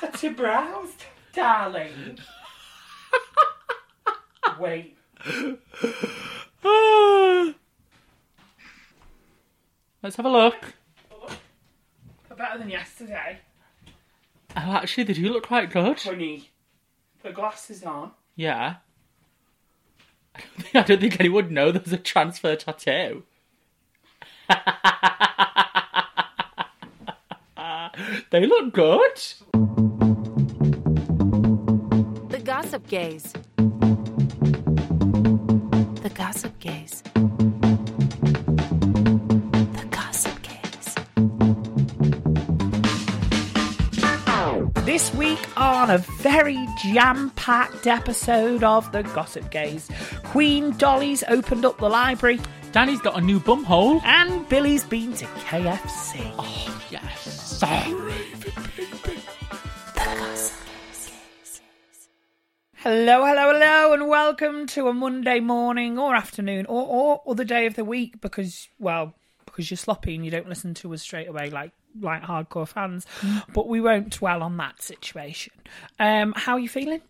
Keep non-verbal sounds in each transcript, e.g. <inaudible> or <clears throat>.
Touch your brows, darling. Wait. <sighs> Let's have a look. They're better than yesterday. Oh, actually, they do look quite good. Honey. The glasses on. Yeah. I don't think, I don't think anyone would know there's a transfer tattoo. <laughs> they look good. The Gossip Gaze. The Gossip Gaze. The Gossip Gaze. This week on a very jam-packed episode of The Gossip Gaze, Queen Dolly's opened up the library Danny's got a new bum hole. and Billy's been to KFC. Oh, yes. Sorry. Hello, hello, hello, and welcome to a Monday morning or afternoon or, or other day of the week because, well, because you're sloppy and you don't listen to us straight away like like hardcore fans. But we won't dwell on that situation. Um, how are you feeling?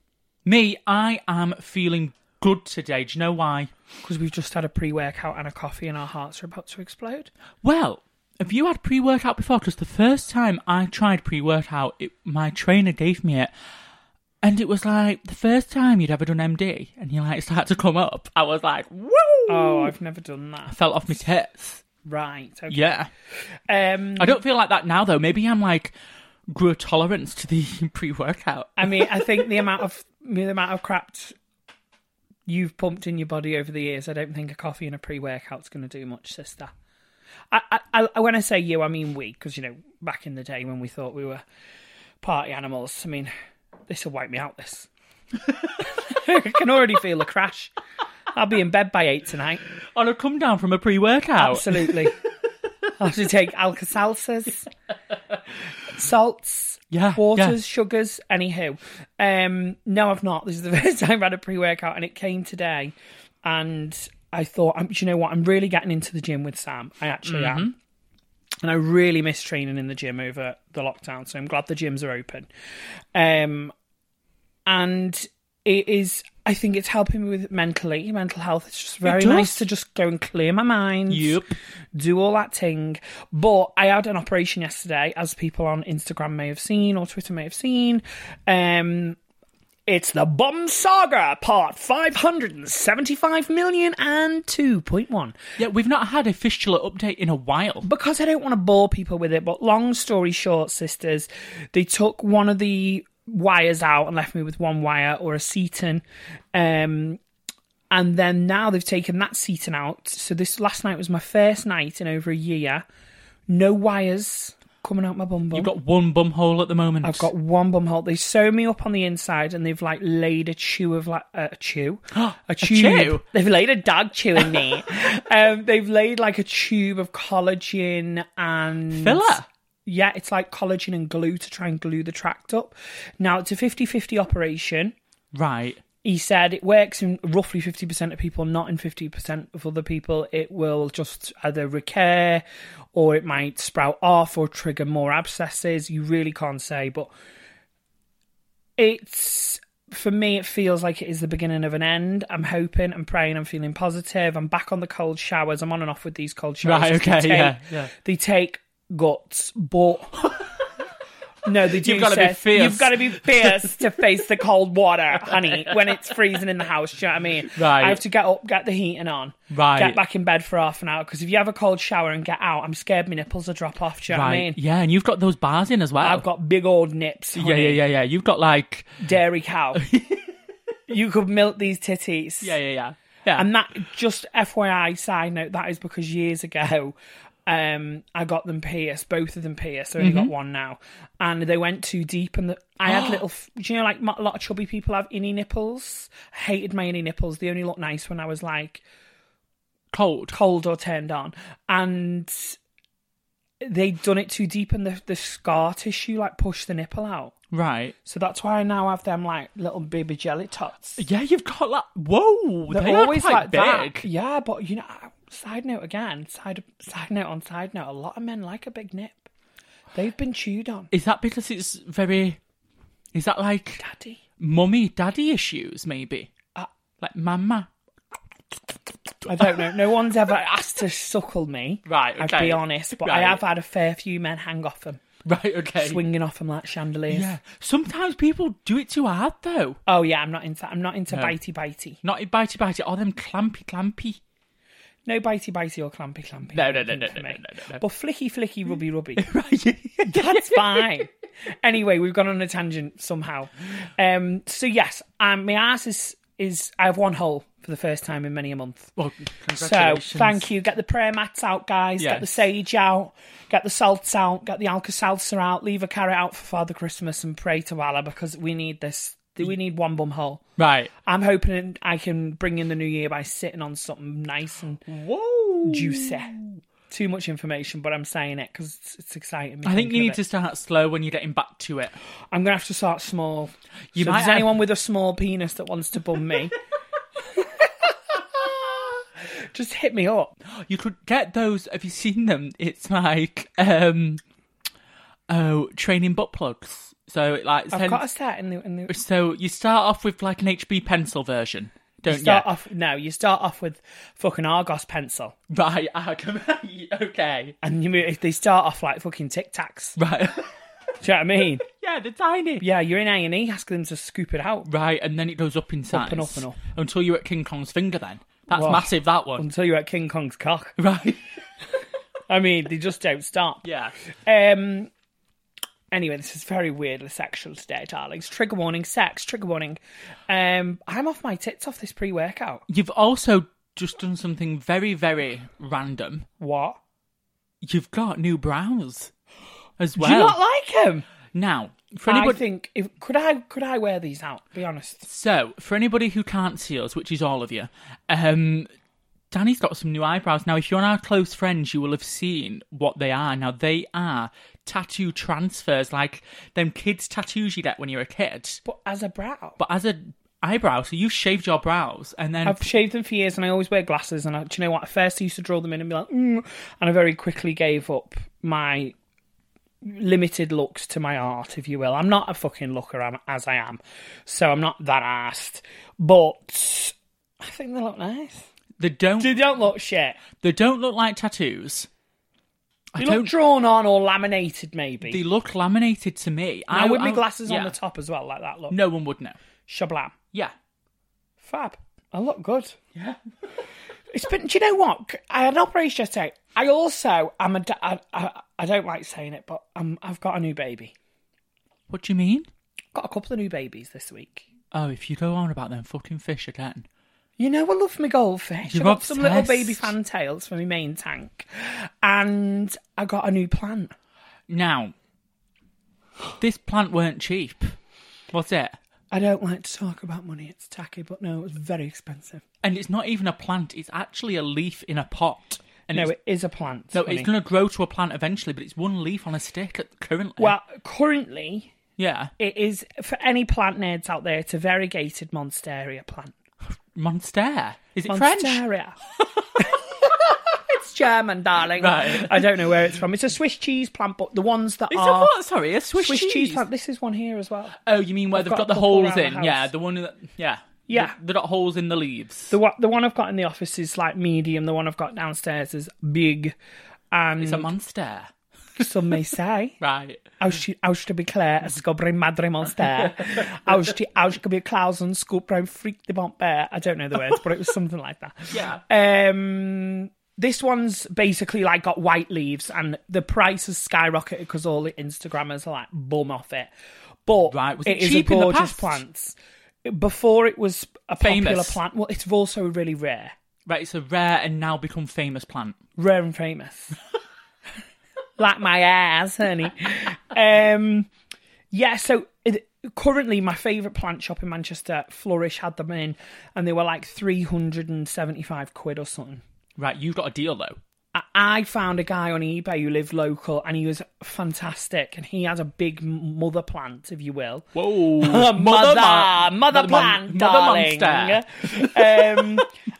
Me, I am feeling good today. Do you know why? Because we've just had a pre-workout and a coffee, and our hearts are about to explode. Well, have you had pre workout before? Because the first time I tried pre workout, it, my trainer gave me it. And it was like the first time you'd ever done MD, and you like start to come up. I was like, woo! Oh, I've never done I that. fell off my tits. Right. Okay. Yeah, Um, I don't feel like that now though. Maybe I'm like grew a tolerance to the <laughs> pre-workout. I mean, I think the amount of the amount of crap t- you've pumped in your body over the years, I don't think a coffee and a pre-workout's going to do much, sister. I, I, I, when I say you, I mean we, because you know, back in the day when we thought we were party animals. I mean, this will wipe me out. This <laughs> I can already feel a crash. I'll be in bed by eight tonight. On a come down from a pre-workout. <laughs> Absolutely. I'll have to take Alka Salsas, salts, Yeah, waters, yeah. sugars, anywho. Um, no, I've not. This is the <laughs> first time I've had a pre workout and it came today. And I thought, um, do you know what? I'm really getting into the gym with Sam. I actually am. Mm-hmm. And I really miss training in the gym over the lockdown. So I'm glad the gyms are open. Um, and it is, I think it's helping me with mentally, mental health. It's just very does. nice to just go and clear my mind Yep. do all that ting. But I had an operation yesterday, as people on Instagram may have seen or Twitter may have seen. Um, it's the Bomb Saga part 575 million and 2.1. Yeah, we've not had a fistula update in a while. Because I don't want to bore people with it, but long story short, sisters, they took one of the wires out and left me with one wire or a seton. Um, and then now they've taken that seton out. So this last night was my first night in over a year. No wires coming out my bum bum. You've got one bum hole at the moment. I've got one bum hole. They sew me up on the inside, and they've like laid a chew of like uh, a chew, a tube. chew? They've laid a dog chew in me. <laughs> um, they've laid like a tube of collagen and filler. Yeah, it's like collagen and glue to try and glue the tract up. Now it's a 50-50 operation. Right. He said it works in roughly 50% of people, not in 50% of other people. It will just either recur or it might sprout off or trigger more abscesses. You really can't say, but it's for me, it feels like it is the beginning of an end. I'm hoping, I'm praying, I'm feeling positive. I'm back on the cold showers. I'm on and off with these cold showers. Right, They okay, yeah, take- <laughs> yeah. They take guts, but No, they do. You've gotta be say, fierce. You've got to be fierce to face the cold water, honey, when it's freezing in the house. Do you know what I mean? Right. I have to get up, get the heating on, Right. get back in bed for half an hour because if you have a cold shower and get out, I'm scared my nipples will drop off. Do you know what I mean? Yeah, and you've got those bars in as well. I've got big old nips. Yeah, yeah, honey. yeah, yeah. You've got like. Dairy <laughs> cow. you could milk these titties. Yeah, yeah, yeah. Yeah. And that, just FYI, side note, that is because years ago, um, I got them pierced, both of them pierced. I only got one now, and they went too deep. And the, I had little, f- do you know, like mo- a lot of chubby people have innie nipples. Hated my innie nipples. They only looked nice when I was like cold. cold or turned on, and they'd done it too deep, and the the scar tissue like pushed the nipple out. Right. So that's why I now have them like little baby jelly tots. Yeah, you've got like. Whoa. They're they are always like quite big. that. Yeah, but you know, side note again, side side note on side note, a lot of men like a big nip. They've been chewed on, Is that because it's very. Is that like daddy. mummy daddy issues, maybe? Uh, like mama. <laughs> I don't know. No one's ever asked to suckle me. Right, I'd okay. be honest, but Right. I have had a fair few men hang off them, Right, okay. swinging off them like chandeliers. Yeah. Sometimes people do it too hard, though. Oh yeah, I'm not into. I'm not into No. bitey bitey. Not bitey bitey, or them clampy clampy. <laughs> No bitey bitey or clampy clampy. No, no, no, Nothing for no, no, me. no, no, no. But flicky flicky rubby rubby. <laughs> Right. That's fine. anyway, we've gone on a tangent somehow. Um, so yes, um, my ass is is I have one hole for the first time in many a month. Well, So congratulations. thank you. Get the prayer mats out, guys. Get the Yes. sage out. Get the salts out. Get the Alka Seltzer out. Leave a carrot out for Father Christmas and pray to Allah because we need this. We need one bum hole. Right. I'm hoping I can bring in the new year by sitting on something nice and Whoa. juicy. Too much information, but I'm saying it because it's, it's exciting. me I think thinking you of need it. to start slow when you're getting back to it. I'm gonna have to start small. You You so might if have- there's anyone with a small penis that wants to bum me, <laughs> just hit me up. You could get those. Have you seen them? <laughs> It's like um, oh, training butt plugs. So it like I've sends- got a set in the. In the so you start off with like an HB pencil version, don't you? start off no, you start off with fucking Argos pencil, Right. <laughs> ah, come- right, okay. and you if they start off like fucking Tic Tacs. Right. <laughs> Do you know what I mean? yeah, they're tiny. Yeah, you're in A and E, asking them to scoop it out Right, and then it goes up in size. and up and up. Until you're at King Kong's finger. Then that's Wow. massive. That one. until you're at King Kong's cock. <laughs> Right. I mean, they just don't stop. Yeah. Um. Anyway, this is very weirdly sexual today, darlings. Trigger warning, sex. Trigger warning. Um, I'm off my tits off this pre-workout. You've also just done something very, very random. What? You've got new brows as well. Do you not like him? Now, for I anybody, think if could I could I wear these out? Be honest. so for anybody who can't see us, which is all of you, um, Danny's got some new eyebrows. Now, if you're our close friends, you will have seen what they are. Now, they are tattoo transfers, like them kids' tattoos you get when you're a kid, But as a brow, but as a eyebrow. So you shaved your brows, and then I've shaved them for years, and I always wear glasses. And I, do you know what? At first, I used to draw them in and be like, mm, and I very quickly gave up my limited looks to my art, if you will. I'm not a fucking looker I'm, as I am, so I'm not that arsed. But I think they look nice. they don't They don't look shit. they don't look like tattoos. They I look don't. drawn on or laminated, maybe. they look laminated to me. now, with my I- glasses on yeah. the top as well, like that look. No one would know. Shablam. Yeah. Fab. I look good. Yeah. <laughs> It's been. Do you know what? I had an operation yesterday. I also am a. da- I, I, I don't like saying it, but um, I've got a new baby. What do you mean? Got a couple of new babies this week. Oh, if you go on about them fucking fish again. You know, I love my goldfish. You're I got some little obsessed. baby fantails for my main tank, and I got a new plant. Now, this plant weren't cheap, was it? I don't like to talk about money; it's tacky. But no, it was very expensive. And it's not even a plant, it's actually a leaf in a pot. And no, it's, it is a plant. no, honey. it's going to grow to a plant eventually, but it's one leaf on a stick at- currently. Well, currently, yeah. it is for any plant nerds out there. It's a variegated monstera plant. Monstera. Is it French? <laughs> Monstera. it's German, darling. Right. I don't know where it's from. It's a Swiss cheese plant, but the ones that It's a are what? Sorry, a Swiss, Swiss cheese. plant. This is one here as well. Oh, you mean where I've they've got got, a the couple around holes the in? yeah, house. the one that. Yeah. Yeah. They've got holes in the leaves. The one, the one I've got in the office is like medium. The one I've got downstairs is big. And It's a monster. some may say. Right. Aos ti, aos ti bu Claire ysgobr ei madre <laughs> monster. Aos ti, aos ti bu claws yn sgwp rhaid freak the bont bear. I don't know the words, but it was something like that. Yeah. Um, this one's basically like got white leaves and the price has skyrocketed because all the Instagrammers are like bum off it. But Right, was it it is cheap a in the gorgeous past? plant. Before it was a popular Famous. plant, well, it's also really rare. Right, it's a rare and now become famous plant. rare and famous. <laughs> like my ass, honey. Um, yeah, so it, currently my favourite plant shop in Manchester, Flourish, had them in and they were like 375 quid or something. Right, you got a deal though. <laughs> I- I found a guy on eBay who lived local and he was fantastic and he has a big m- mother plant, if you will. <laughs> Whoa. mother, mother, mother plant, mon- darling. monster. <laughs> um,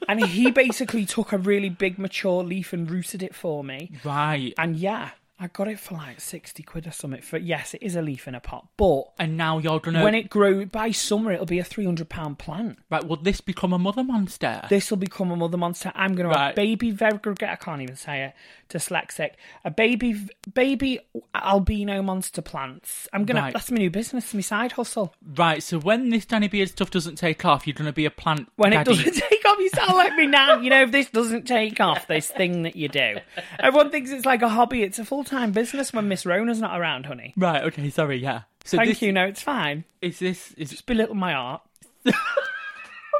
and he basically took a really big mature leaf and rooted it for me. Right. And yeah, I got it for like 60 quid or something. For Yes, it is a leaf in a pot, but And now you're gonna when it grows by summer, it'll be a £300 plant. Right, will this become a mother monster? This will become a mother monster. I'm going to have Right. baby vergogate. I can't even say it. Dyslexic. A baby, baby albino monster plants. I'm going Right. to, that's my new business, my side hustle. Right, so when this Danny Beard stuff doesn't take off, you're gonna be a plant. When daddy. it doesn't <laughs> take off, you sound like me now. You know, if this doesn't take off, this thing that you do. Everyone thinks it's like a hobby. It's a full time business when Miss Rona's not around, honey. Right, okay, sorry, yeah. So Thank this, you. No, it's fine. Is this is just belittle my art. <laughs>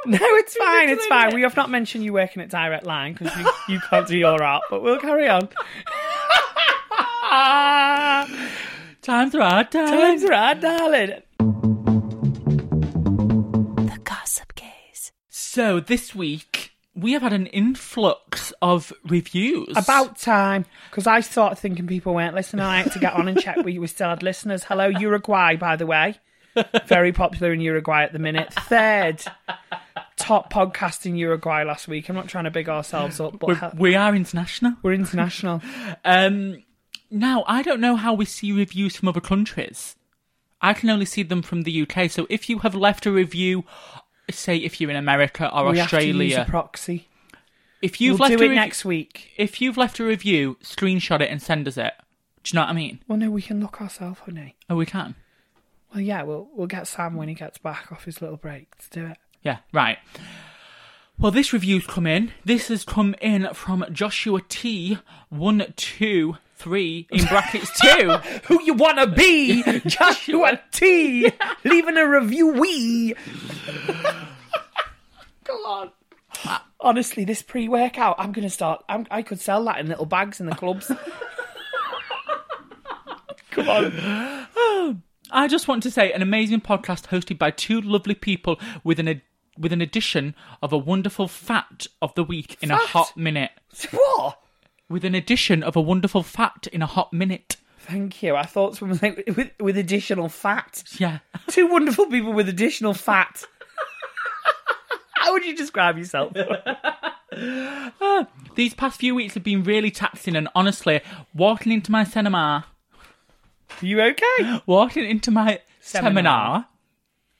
no, <laughs> it's fine. It's belittling fine. it. We have not mentioned you working at Direct Line because you, you can't do your art, but we'll carry <laughs> on. times are hard times. Times are hard, darling. The Gossip Gaze. So this week we have had an influx of reviews About time, because I started thinking people weren't listening. I had to get on and check we, we still had listeners. Hello, Uruguay, by the way. Very popular in Uruguay at the minute. Third top podcast in Uruguay last week. I'm not trying to big ourselves up, but he- We're, we're, we are international. international. Um, now I don't know how we see reviews from other countries. I can only see them from the UK. So if you have left a review, say if you're in America or We have to use Australia, a proxy. if you've we'll left do a it rev- next week. if you've left a review, screenshot it and send us it. Do you know what I mean? Well, no, we can look ourselves, honey. Oh, we can. Well, yeah, we'll we'll get Sam when he gets back off his little break to do it. Yeah, right. Well, this review's come in. This has come in from Joshua T. One, two, three in brackets two. Who you wanna <laughs> be, Joshua T? Leaving a review, <laughs> we. Come on. Honestly, this pre-workout, I'm gonna start. I'm, I could sell that in little bags in the <laughs> clubs. Come on. I just want to say an amazing podcast hosted by two lovely people with an ad- with an addition of a wonderful fact of the week in a Fact? hot minute. What? With an addition of a wonderful fact in a hot minute. Thank you. I thought someone was like with, with additional fat. Yeah. Two wonderful people with additional fat. How would you describe yourself? These past few weeks have been really taxing and honestly, walking into my cinema Are you okay? walking into my seminar, Seminar.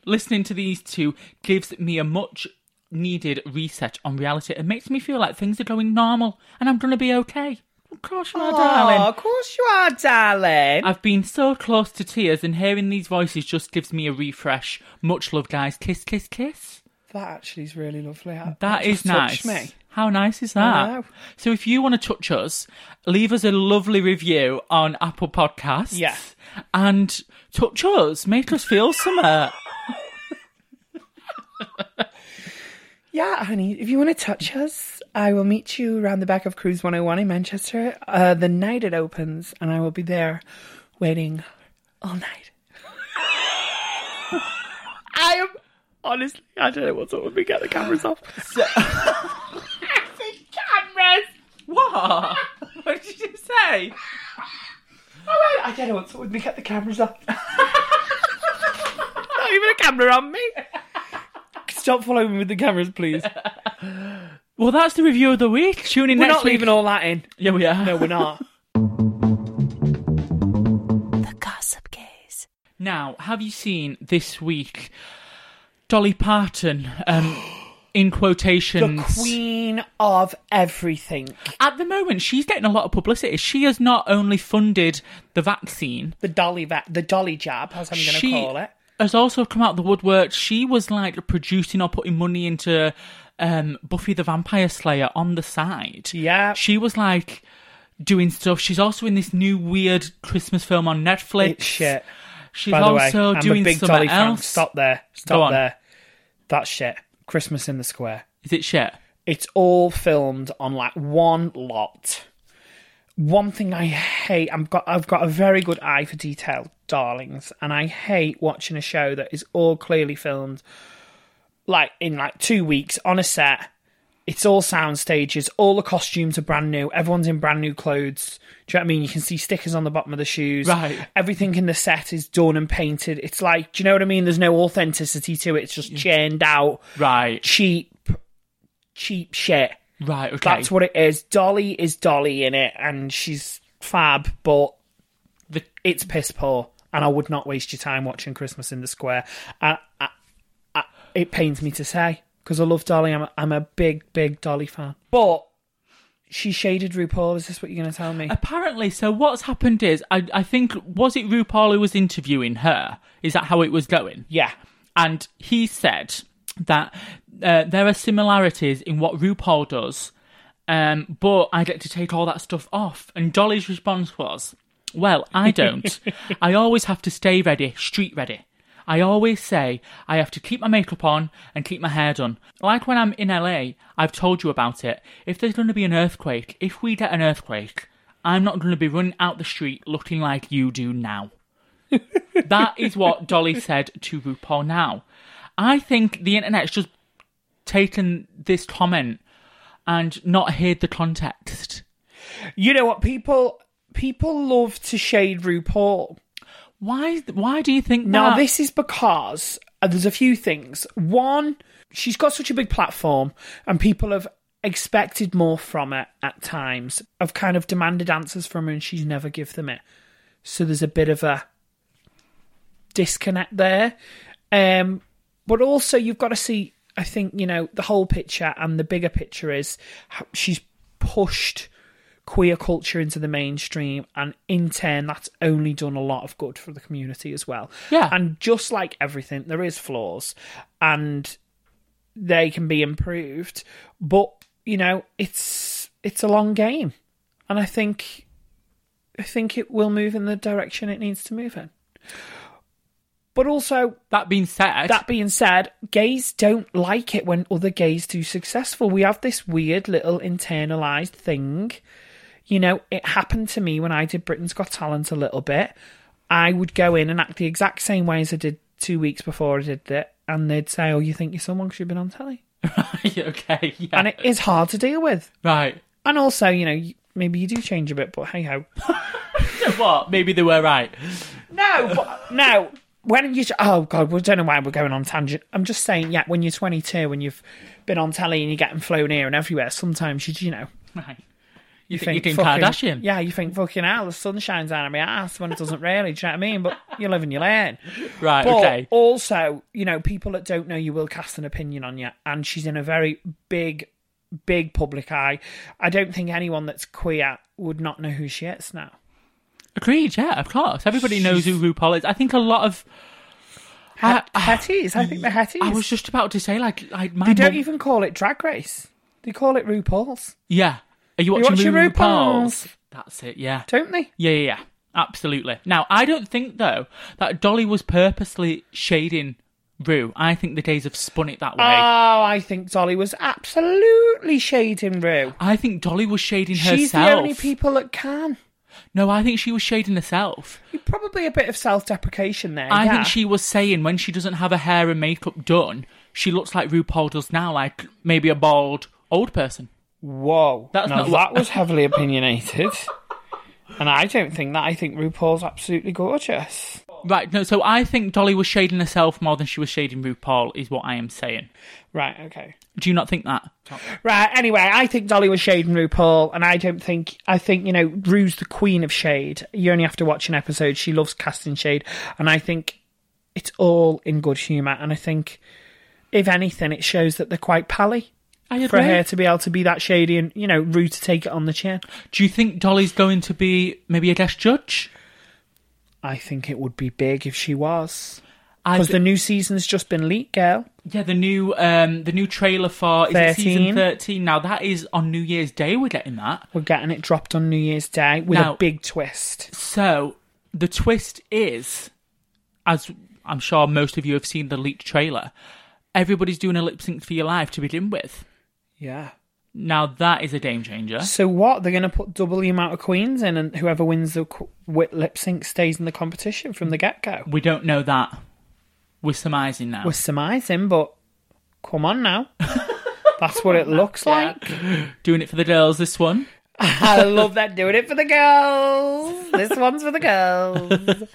listening to these two gives me a much needed reset on reality. It makes me feel like things are going normal and I'm going to be okay. Of course you are, Oh, darling. of course you are, darling. I've been so close to tears, and hearing these voices just gives me a refresh. Much love, guys. Kiss, kiss, kiss. That actually is really lovely. That is touched nice. Me. How nice is that? know. So, if you want to touch us, leave us a lovely review on Apple Podcasts. Yeah. And touch us. Make us feel somewhere. Yeah, honey. If you want to touch us, I will meet you around the back of Cruise 101 in Manchester uh, the night it opens, and I will be there waiting all night. <laughs> I am honestly, I don't know what's up with me. Get the cameras <laughs> off. cameras. <laughs> What? What did you say? Oh, I don't know what's up with me. Get the cameras <laughs> off. Not even a camera on me. Stop following me with the cameras, please. Well, that's the review of the week. Tune in We're next not week. leaving all that <laughs> in. Yeah, we are. No, we're not. The Gossip Gaze. <gasps> Now, have you seen this week Dolly Parton um, in quotations. <laughs> The queen of everything. At the moment, she's getting a lot of publicity. She has not only funded the vaccine, The dolly vet, the dolly jab, as I'm going to she call it. has also come out of the woodwork. She was like producing or putting money into um, Buffy the Vampire Slayer on the side. Yeah. She was like doing stuff. She's also in this new weird Christmas film on Netflix. It's shit. She's By the way, also I'm doing a big something dolly fan. else. Stop there. Go Stop on. there. That's shit. Christmas in the Square. Is it shit? It's all filmed on like one lot. One thing I hate, I've got I've got a very good eye for detail, darlings, and I hate watching a show that is all clearly filmed like in like two weeks on a set. It's all sound stages, all the costumes are brand new, everyone's in brand new clothes. Do you know what I mean? You can see stickers on the bottom of the shoes. Right. Everything in the set is done and painted. It's like, do you know what I mean? There's no authenticity to it, it's just churned out Right. cheap, cheap shit. Right. Okay. That's what it is. Dolly is Dolly in it, and she's fab, but The- it's piss poor. And I would not waste your time watching Christmas in the Square. I, I, I, it pains me to say because I love Dolly. I'm a, I'm a big, big Dolly fan. But she shaded RuPaul. Is this what you're going to tell me? Apparently, so what's happened is, I, I think, was it RuPaul who was interviewing her? Is that how it was going? yeah. And he said that uh, there are similarities in what RuPaul does, um, but I get to take all that stuff off. And Dolly's response was, Well, I don't. I always have to stay ready, street ready. I always say I have to keep my makeup on and keep my hair done. Like when I'm in LA, I've told you about it. If there's going to be an earthquake, if we get an earthquake, I'm not going to be running out the street looking like you do now. That is what Dolly said to RuPaul now. I think the internet's just taken this comment and not heard the context. You know what? People people love to shade RuPaul. Why why do you think Now, that? this is because uh, there's a few things. One, she's got such a big platform, and people have expected more from her at times, have kind of demanded answers from her, and she's never give them it. So there's a bit of a disconnect there. Um, but also, you've got to see, I think, you know, the whole picture and the bigger picture is how she's pushed queer culture into the mainstream, and in turn, that's only done a lot of good for the community as well. Yeah. And just like everything, there is flaws, and they can be improved. But you know, it's it's a long game, and I think I think it will move in the direction it needs to move in. But also, That being said, <laughs> that being said, gays don't like it when other gays do successful. We have this weird little internalized thing. You know, it happened to me when I did Britain's Got Talent a little bit. I would go in and act the exact same way as I did two weeks before I did it, and they'd say, "Oh, you think you're someone because you've been on telly," okay, yeah. and it is hard to deal with. right. And also, you know, you- maybe you do change a bit, but hey ho. You know what? Maybe they were right. No, but no. When you oh god, we don't know why we're going on tangent. I'm just saying, yeah, when you're 22 and you've been on telly and you're getting flown here and everywhere, sometimes you you know Right. You, think, think, you think fucking- Kardashian? Yeah, you think fucking hell, the sun shines out of my ass when it doesn't really. do you know what I mean? But you live and you learn. <laughs> Right. But okay. also, you know, people that don't know you will cast an opinion on you, and she's in a very big, big public eye. I don't think anyone that's queer would not know who she is now. Agreed. Yeah. Of course. Everybody knows who RuPaul is. I think a lot of. I, Hetties, I think the Hetties. I was just about to say, like, like my They don't mum- even call it Drag Race. They call it RuPaul's, Yeah. Are you watching watching, RuPaul's? RuPaul's? That's it. Yeah. don't they? Yeah, yeah, yeah. Absolutely. Now, I don't think, though, that Dolly was purposely shading Rue. I think the days have spun it that way. Oh, I think Dolly was absolutely shading Rue. I think Dolly was shading herself. She's the only people that can. No, I think she was shading herself. Probably a bit of self-deprecation there. I yeah. think she was saying when she doesn't have her hair and makeup done, she looks like RuPaul does now, like maybe a bald old person. Whoa, That's now not what- that was heavily <laughs> opinionated, and I don't think that. I think RuPaul's absolutely gorgeous. Right, no, so I think Dolly was shading herself more than she was shading RuPaul, is what I am saying. Right. Okay. Do you not think that? Right. Anyway, I think Dolly was shading RuPaul, and I don't think I think you know Rue's the queen of shade. You only have to watch an episode. She loves casting shade, and I think it's all in good humor. And I think if anything, it shows that they're quite pally I agree. for her to be able to be that shady and you know rude to take it on the chin. Do you think Dolly's going to be maybe a guest judge? I think it would be big if she was I because thi- the new season's just been leaked, girl. yeah, the new um the new trailer for is it season 13? thirteen. Now that is on New Year's Day. We're getting that. We're getting it dropped on New Year's Day with Now- a big twist. So the twist is, as I'm sure most of you have seen the leaked trailer, everybody's doing a lip sync for your life to begin with. Yeah. Now that is a game changer. So what? They're going to put double the amount of queens in, and whoever wins the qu- wit lip sync stays in the competition from the get go. We don't know that. We're surmising now. We're surmising, but come on now. That's what it looks like. <laughs> doing it for the girls. This one. I love that doing it for the girls. This one's for the girls.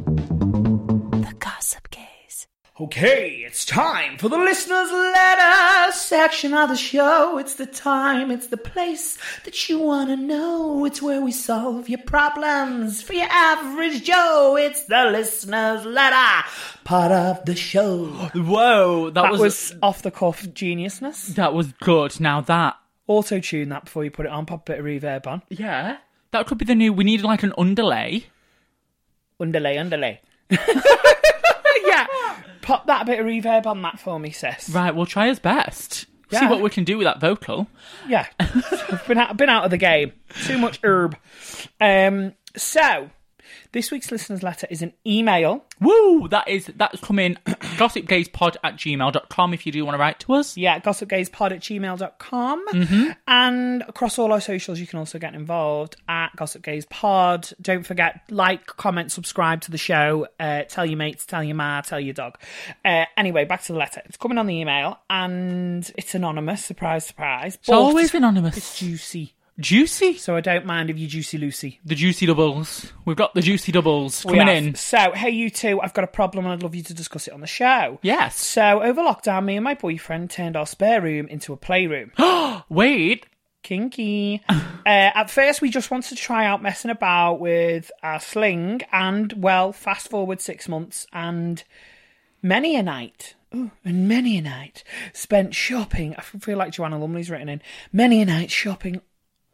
The Gossip Gaze. Okay, it's time for the listener's letter section of the show. It's the time, it's the place that you want to know. It's where we solve your problems for your average Joe. It's the listener's letter part of the show. Whoa, that, That was, was, off the cuff geniusness. that was good. Now that Auto tune that before you put it on, pop a bit of reverb on. yeah, that could be the new. We need like an underlay. Underlay, underlay. <laughs> yeah, pop that bit of reverb on that for me, sis. Right, we'll try his best. See Yeah. what we can do with that vocal. Yeah, <laughs> I've been out, been out of the game. Too much herb. Um, so this week's listener's letter is an email. Woo! That is that's coming <clears throat> gossipgazepod at gmail.com if you do want to write to us. Yeah, gossipgazepod at gmail.com. Mm-hmm. And across all our socials, you can also get involved at Gossip Gaze Pod. Don't forget, like, comment, subscribe to the show. Uh, tell your mates, tell your ma, tell your dog. Uh, anyway, back to the letter. It's coming on the email and it's anonymous. Surprise, surprise. It's always anonymous. It's juicy. Juicy. So I don't mind if you juicy Lucy. The juicy doubles. We've got the juicy doubles We coming have. in. So, hey, you two, I've got a problem and I'd love you to discuss it on the show. Yes. So, over lockdown, me and my boyfriend turned our spare room into a playroom. Wait. Kinky. uh, at first, we just wanted to try out messing about with our sling, and well, fast forward six months, and many a night, ooh, and many a night spent shopping. I feel like Joanna Lumley's written in many a night shopping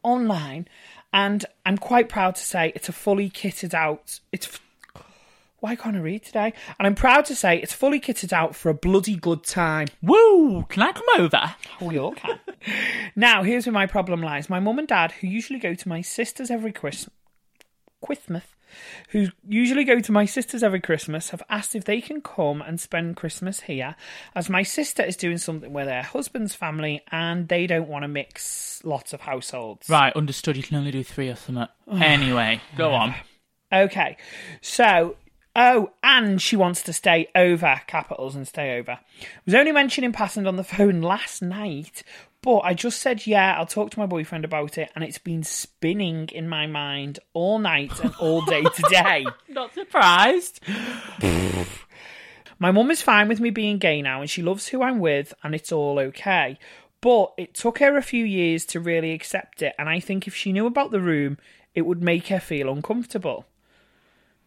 online, and I'm quite proud to say it's a fully kitted out. It's f- why can't I read today? And I'm proud to say it's fully kitted out for a bloody good time. Woo! Can I come over? We all can. <laughs> now, here's where my problem lies. My mum and dad, who usually go to my sister's every Christmas, Christmas, who usually go to my sister's every Christmas, have asked if they can come and spend Christmas here, as my sister is doing something with her husband's family and they don't want to mix lots of households. Right, understood. You can only do three <sighs> or something. anyway, go on. Okay. So, oh, and she wants to stay over, capitals and stay over. It was only mentioned in passing on the phone <laughs> last night, but I just said, yeah, I'll talk to my boyfriend about it, and it's been spinning in my mind all night and all day today. Not surprised. My mum is fine with me being gay now and she loves who I'm with and it's all okay. But it took her a few years to really accept it, and I think if she knew about the room, it would make her feel uncomfortable.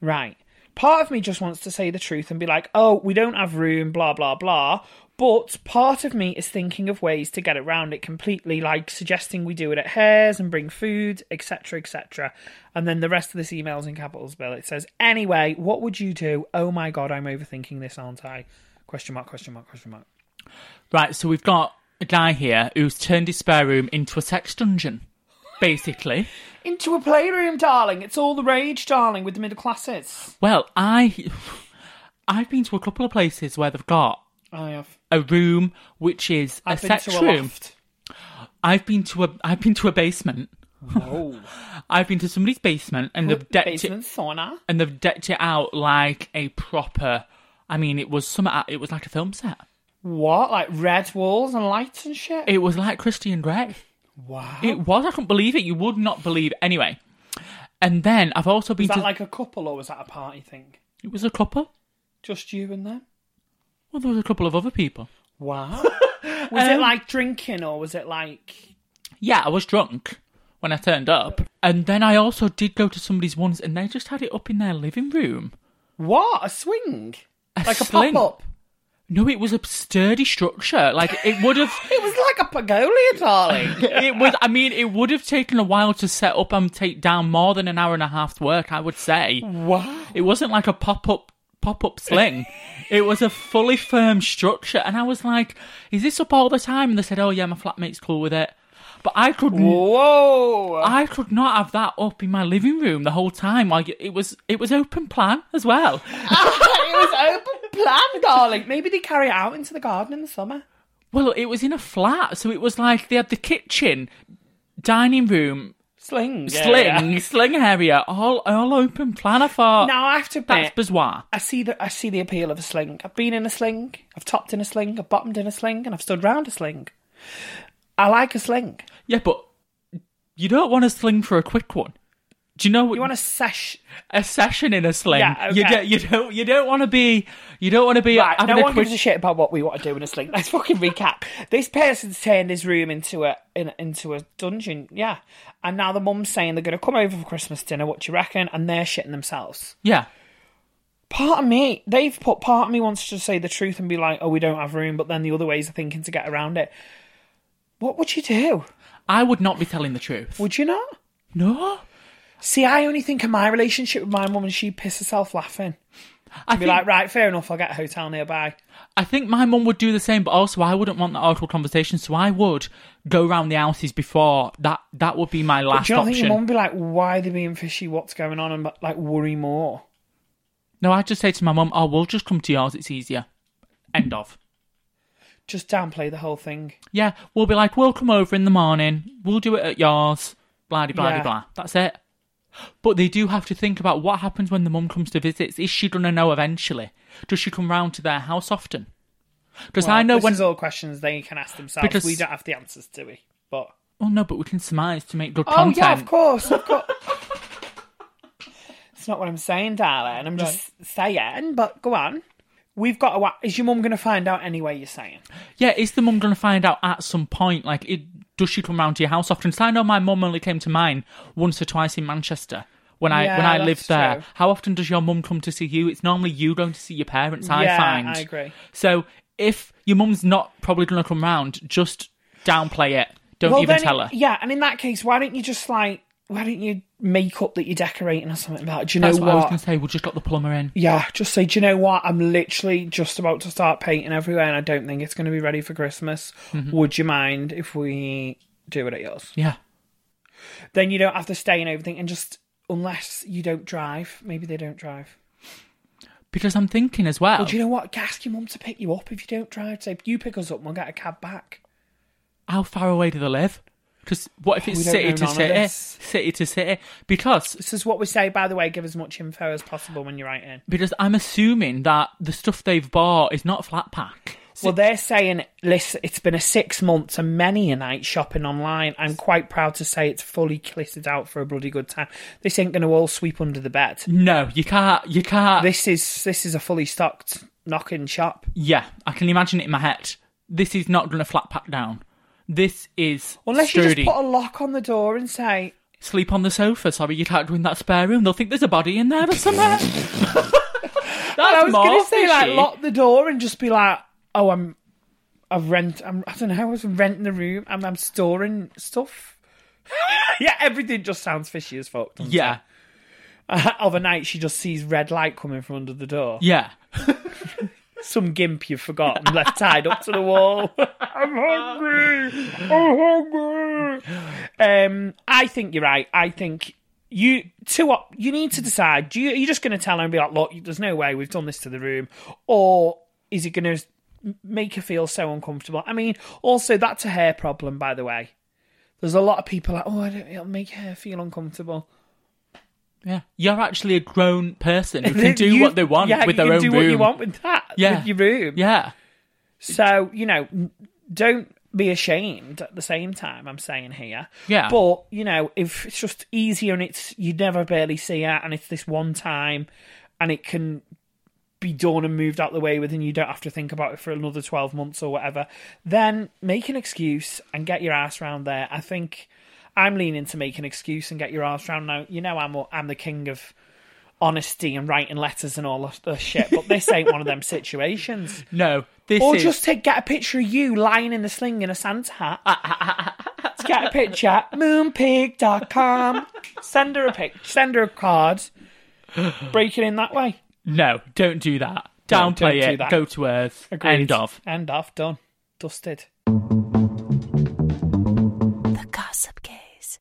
Right. Part of me just wants to say the truth and be like, oh, we don't have room, blah, blah, blah. But part of me is thinking of ways to get around it completely, like suggesting we do it at hers and bring food, etc., etc. And then the rest of this email's in capitals, Bill. It says, anyway, what would you do? Oh my God, I'm overthinking this, aren't I? Question mark, question mark, question mark. Right, so we've got a guy here who's turned his spare room into a sex dungeon, basically. Into a playroom, darling. It's all the rage, darling, with the middle classes. Well, I <sighs> I've been to a couple of places where they've got I have. a room which is I've a been sex to a room. loft. I've been to a I've been to a basement. Whoa. I've been to somebody's basement and they've decked Basement it sauna. and they've decked it out like a proper I mean it was some uh, it was like a film set. What? Like red walls and lights and shit? It was like Christian Grey. wow. It was I couldn't believe it. You would not believe anyway. And then I've also been was that to like a couple or was that a party thing? it was a couple. Just you and them? Well, there was a couple of other people. Wow. <laughs> was Um, it like drinking or was it like. Yeah, I was drunk when I turned up. And then I also did go to somebody's once and they just had it up in their living room. What? A swing? A like a sling. pop up? No, it was a sturdy structure. Like it would have. It was like a pagolia, <laughs> darling. it would. I mean, it would have taken a while to set up and take down more than an hour and a half's work. I would say. Wow. It wasn't like a pop up pop up sling. it was a fully firm structure, and I was like, "Is this up all the time?" And they said, "Oh yeah, my flatmate's cool with it." But I could Whoa. <laughs> I could not have that up in my living room the whole time. Like it was it was open plan as well. it was open plan, darling. Maybe they carry it out into the garden in the summer. Well, it was in a flat, so it was like they had the kitchen, dining room, Sling. sling, sling area, all all open plan. I thought Now I have to admit, that's bizarre. I see the I see the appeal of a sling. I've been in a sling, I've topped in a sling, I've bottomed in a sling, and I've stood round a sling. I like a sling. Yeah, but you don't want a sling for a quick one. Do you know what You want a sesh? a session in a sling? Yeah, you, okay. don't, you don't you don't want to be you don't want to be Right, having no a one quick gives a shit about what we want to do in a sling. Let's fucking recap. this person's turned his room into a in, into a dungeon, yeah. And now the mum's saying they're going to come over for Christmas dinner. What do you reckon? And they're shitting themselves. yeah. Part of me, they've put part of me wants to say the truth and be like, "Oh, we don't have room," but then the other ways of thinking to get around it. What would you do? I would not be telling the truth. Would you not? no. See, I only think of my relationship with my mum, and she piss herself laughing. I Be think, like, right, fair enough. I'll get a hotel nearby. I think my mum would do the same, but also I wouldn't want that awkward conversation, so I would go round the houses before. That that would be my But last do you not think option. your mum would be like, why are they being fishy? What's going on? And like, worry more. No, I'd just say to my mum, "Oh, we'll just come to yours. It's easier." End of. Just downplay the whole thing. Yeah, we'll be like, "We'll come over in the morning. We'll do it at yours." Blah de blah de Yeah. blah. That's it. But they do have to think about what happens when the mum comes to visit. Is she gonna know eventually? Does she come round to their house often? Because I Well, know this when. is all questions they can ask themselves. Because- We don't have the answers to it. But Oh no, but we can surmise to make good oh content. yeah, of course, of course. <laughs> it's not what I'm saying, darling. I'm just saying. But go on. We've got to. wa- Is your mum going to find out anyway? You're saying. Yeah, is the mum going to find out at some point? Like, it, does she come round to your house often? 'Cause I know my mum only came to mine once or twice in Manchester when I Yeah, when I that's lived there. true. How often does your mum come to see you? It's normally you going to see your parents. I Yeah, find. I agree. So if your mum's not probably going to come round, just downplay it. Don't even then- tell her. Yeah, and in that case, why don't you just like, why don't you make up that you're decorating or something about? it? Do you That's know what, I was what? going to say. We'll just got the plumber in. yeah, just say, do you know what? I'm literally just about to start painting everywhere, and I don't think it's going to be ready for Christmas. Mm-hmm. Would you mind if we do it at yours? Yeah. Then you don't have to stay and everything, and just unless you don't drive, maybe they don't drive. Because I'm thinking as well. Well, do you know what? Ask your mum to pick you up if you don't drive. Say you pick us up, and we'll get a cab back. how far away do they live? Because what if Oh, it's we don't city know to none of city, this. city to city? Because This is what we say, by the way. Give as much info as possible when you write in. Because I'm assuming that the stuff they've bought is not flat pack. Well, they're saying, listen, it's been a six months and many a night shopping online. I'm quite proud to say it's fully clittered out for a bloody good time. This ain't going to all sweep under the bed. No, you can't. You can't. This is this is a fully stocked knocking shop. yeah, I can imagine it in my head. This is not going to flat pack down. This is Unless you sturdy. just put a lock on the door and say, Sleep on the sofa. Sorry, you can't go in that spare room. They'll think there's a body in there <laughs> or something. <laughs> That's I was more going to say like fishy. lock the door and just be like, oh, I'm, I've rent, I'm, I don't know, I was renting the room, I'm, I'm storing stuff. <laughs> yeah, everything just sounds fishy as fuck. <laughs> doesn't Yeah, it? Overnight, she just sees red light coming from under the door. yeah. some gimp you've forgotten left tied up to the wall. I'm hungry. I'm hungry. Um, I think you're right. I think you two op- you need to decide. Do you, are you just going to tell her and be like, look, there's no way we've done this to the room, or is it going to make her feel so uncomfortable? I mean, also that's a hair problem, by the way. There's a lot of people like, oh, I don't, it'll make her feel uncomfortable. Yeah, you're actually a grown person who <laughs> can do You- what they want yeah, with their you own can do room. what you want with that, Yeah. with your room. Yeah, So, you know, don't be ashamed at the same time, I'm saying here. Yeah. But, you know, if it's just easier and it's, you never barely see it and it's this one time and it can be done and moved out the way with and you don't have to think about it for another 12 months or whatever, then make an excuse and get your ass round there. I think I'm leaning to make an excuse and get your ass round now. You know, I'm, I'm the king of. honesty and writing letters and all of the shit, but this ain't one of them situations. No, this Or is just take, get a picture of you lying in the sling in a Santa hat. Let's get a picture <laughs> at moonpig.com. Send her a pic. Send her a card. Break it in that way. no. Don't do that. Downplay don't do it. that. Go to earth. End of. End of. Done. Dusted. The Gossip Gaze.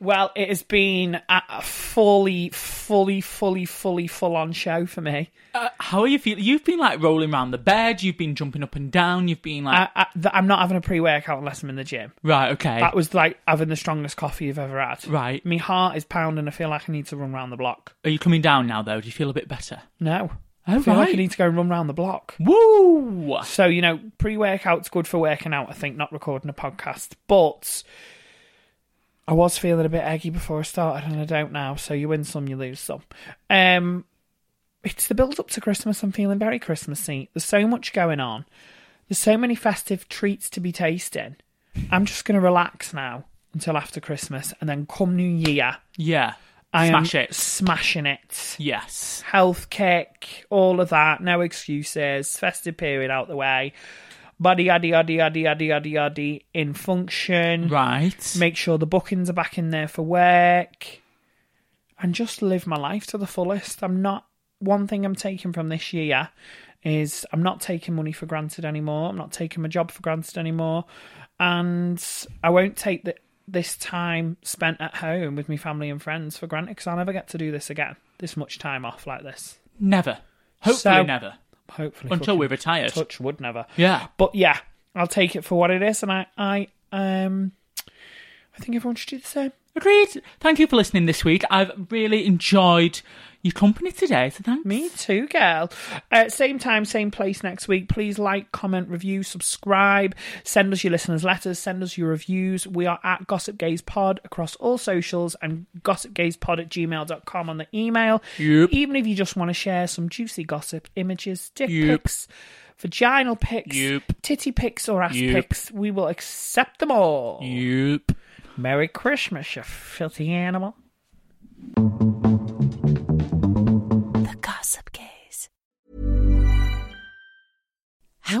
Well, it has been a a fully, fully, fully, fully full on show for me. Uh, how are you feeling? You've been like rolling around the bed. You've been jumping up and down. You've been like, I, I, th- I'm not having a pre workout unless I'm in the gym. right, okay. That was like having the strongest coffee you've ever had. Right. My heart is pounding. I feel like I need to run round the block. Are you coming down now though? Do you feel a bit better? No. Oh, I feel like I right. need to go and run round the block. Woo! So, you know, pre workout's good for working out, I think, not recording a podcast. But I was feeling a bit eggy before I started, and I don't now. So you win some, you lose some. Um, it's the build up to Christmas. I'm feeling very Christmassy. There's so much going on, there's so many festive treats to be tasting. I'm just going to relax now until after Christmas, and then come New Year, Yeah. I Smash am it. smashing it Yes. health kick, all of that, no excuses, festive period out the way, buddy, yaddy, yaddy, yaddy, yaddy, yaddy, yaddy, in function. Right. Make sure the bookings are back in there for work, and just live my life to the fullest. I'm not one thing I'm taking from this year is I'm not taking money for granted anymore. I'm not taking my job for granted anymore, and I won't take the, this time spent at home with my family and friends for granted because I'll never get to do this again. This much time off like this. Never. Hopefully So- never. Hopefully, Until fucking we're retired. touch wood never. Yeah. But yeah, I'll take it for what it is, and I, I, um, I think everyone should do the same. Agreed. Thank you for listening this week. I've really enjoyed your company today, so thanks. Me too, girl. Uh, same time, same place next week. Please like, comment, review, subscribe. Send us your listeners' letters. Send us your reviews. We are at Gossip Gaze Pod across all socials and gossipgazepod at gmail.com on the email. Yep. Even if you just want to share some juicy gossip, images, dick Yep. pics, vaginal pics, Yep. titty pics, or ass Yep. pics, we will accept them all. Yep. Merry Christmas, you filthy animal. The Gossip Gaze. How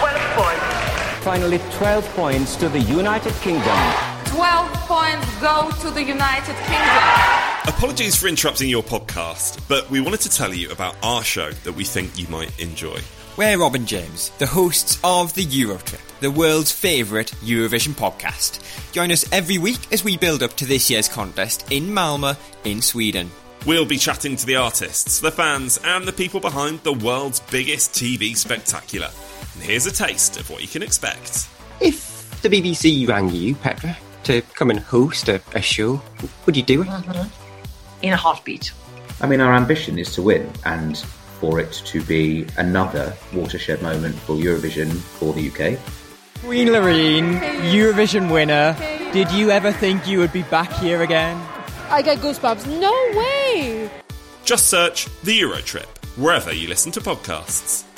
12 points. Finally, 12 points to the United Kingdom. 12 points go to the United Kingdom. Apologies for interrupting your podcast, but we wanted to tell you about our show that we think you might enjoy. We're Robin James, the hosts of the Eurotrip, the world's favourite Eurovision podcast. Join us every week as we build up to this year's contest in Malmö, in Sweden. We'll be chatting to the artists, the fans, and the people behind the world's biggest TV spectacular. And here's a taste of what you can expect. If the BBC rang you, Petra, to come and host a, a show, would you do it? In a heartbeat. I mean, our ambition is to win and for it to be another watershed moment for Eurovision for the UK. Queen Loreen, Eurovision winner, did you ever think you would be back here again? I get goosebumps. No way! Just search The Eurotrip wherever you listen to podcasts.